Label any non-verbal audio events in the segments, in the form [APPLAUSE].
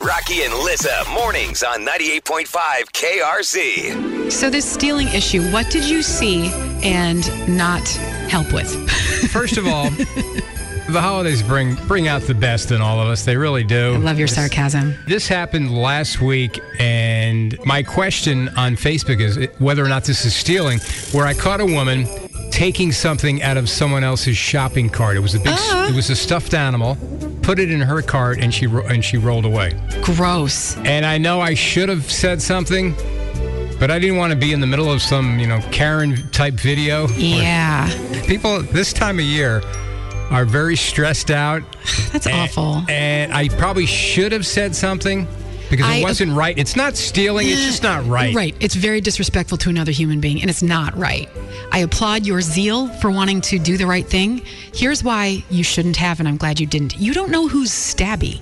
Rocky and Lissa, mornings on 98.5 KRZ. So, this stealing issue, what did you see and not help with? [LAUGHS] First of all, [LAUGHS] the holidays bring bring out the best in all of us. They really do. I love your sarcasm. This happened last week, and my question on Facebook is whether or not this is stealing. Where I caught a woman taking something out of someone else's shopping cart. It was a big. Uh-huh. It was a stuffed animal. Put it in her cart, and she ro- and she rolled away. Gross. And I know I should have said something, but I didn't want to be in the middle of some you know Karen type video. where Yeah. People this time of year are very stressed out. That's awful. And I probably should have said something because it I- uh, wasn't right. It's not stealing, it's just not right. Right. It's very disrespectful to another human being, and it's not right. I applaud your zeal for wanting to do the right thing. Here's why you shouldn't have, and I'm glad you didn't. You don't know who's stabby.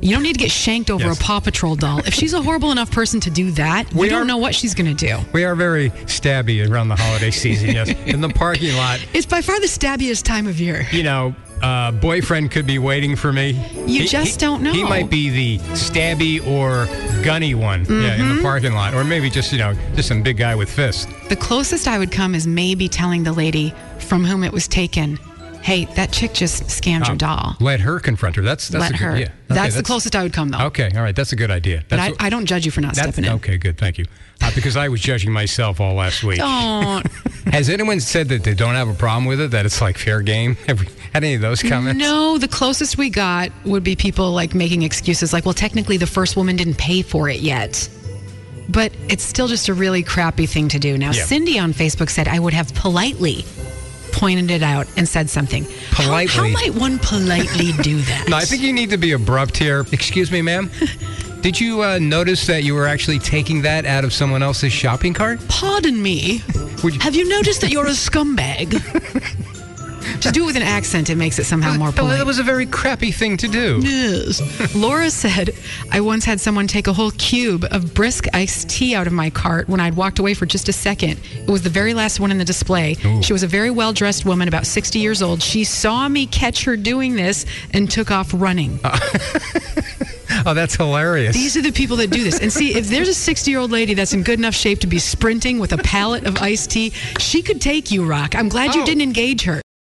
You don't need to get shanked over Yes. a Paw Patrol doll. If she's a horrible enough person to do that, We you are- don't know what she's going to do. We are very stabby around the [LAUGHS] holiday season, yes. In the parking lot, It's by far the stabbiest time of year. you know, uh, boyfriend could be waiting for me. You just don't know. He might be the stabby or gunny one. Yeah, in Mm-hmm. the parking lot. Or maybe just, you know, just some big guy with fists. The closest I would come is maybe telling the lady from whom it was taken, hey, that chick just scammed your doll. Let her confront her. Oh. That's that's Oh. Let a good, her. Yeah. Okay, that's, the closest I would come, though. Okay, all right. That's a good idea. But That's I, what- I don't judge you for not That's stepping in. okay. Good, thank you. Uh, because I was judging myself all last [LAUGHS] week. [LAUGHS] Don't. Has anyone said that they don't have a problem with it? That it's like fair game? [LAUGHS] Have we had any of those comments? No, the closest we got would be people like making excuses like, well, technically the first woman didn't pay for it yet. But it's still just a really crappy thing to do. Now, Yeah. Cindy on Facebook said, I would have politely pointed it out and said something. How- How, Politely? might one politely do that? [LAUGHS] No, I think you need to be abrupt here. Excuse [LAUGHS] me, ma'am. Did you uh, notice that you were actually taking that out of someone else's shopping cart? Pardon me. Would you- Have you noticed that you're a scumbag? Just do it with an accent. It makes it somehow more Uh, Well, polite. That was a very crappy thing to do. Yes. [LAUGHS] Laura said, I once had someone take a whole cube of brisk iced tea out of my cart when I'd walked away for just a second. It was the very last one in the display. She was a very well dressed woman, about 60 years old. She saw me catch her doing this and took off running. Oh, that's hilarious. These are the people that do this. And see, if there's a 60 year old lady that's in good enough shape to be sprinting with a pallet of iced tea, she could take you, Rock. I'm glad you Oh. didn't engage her.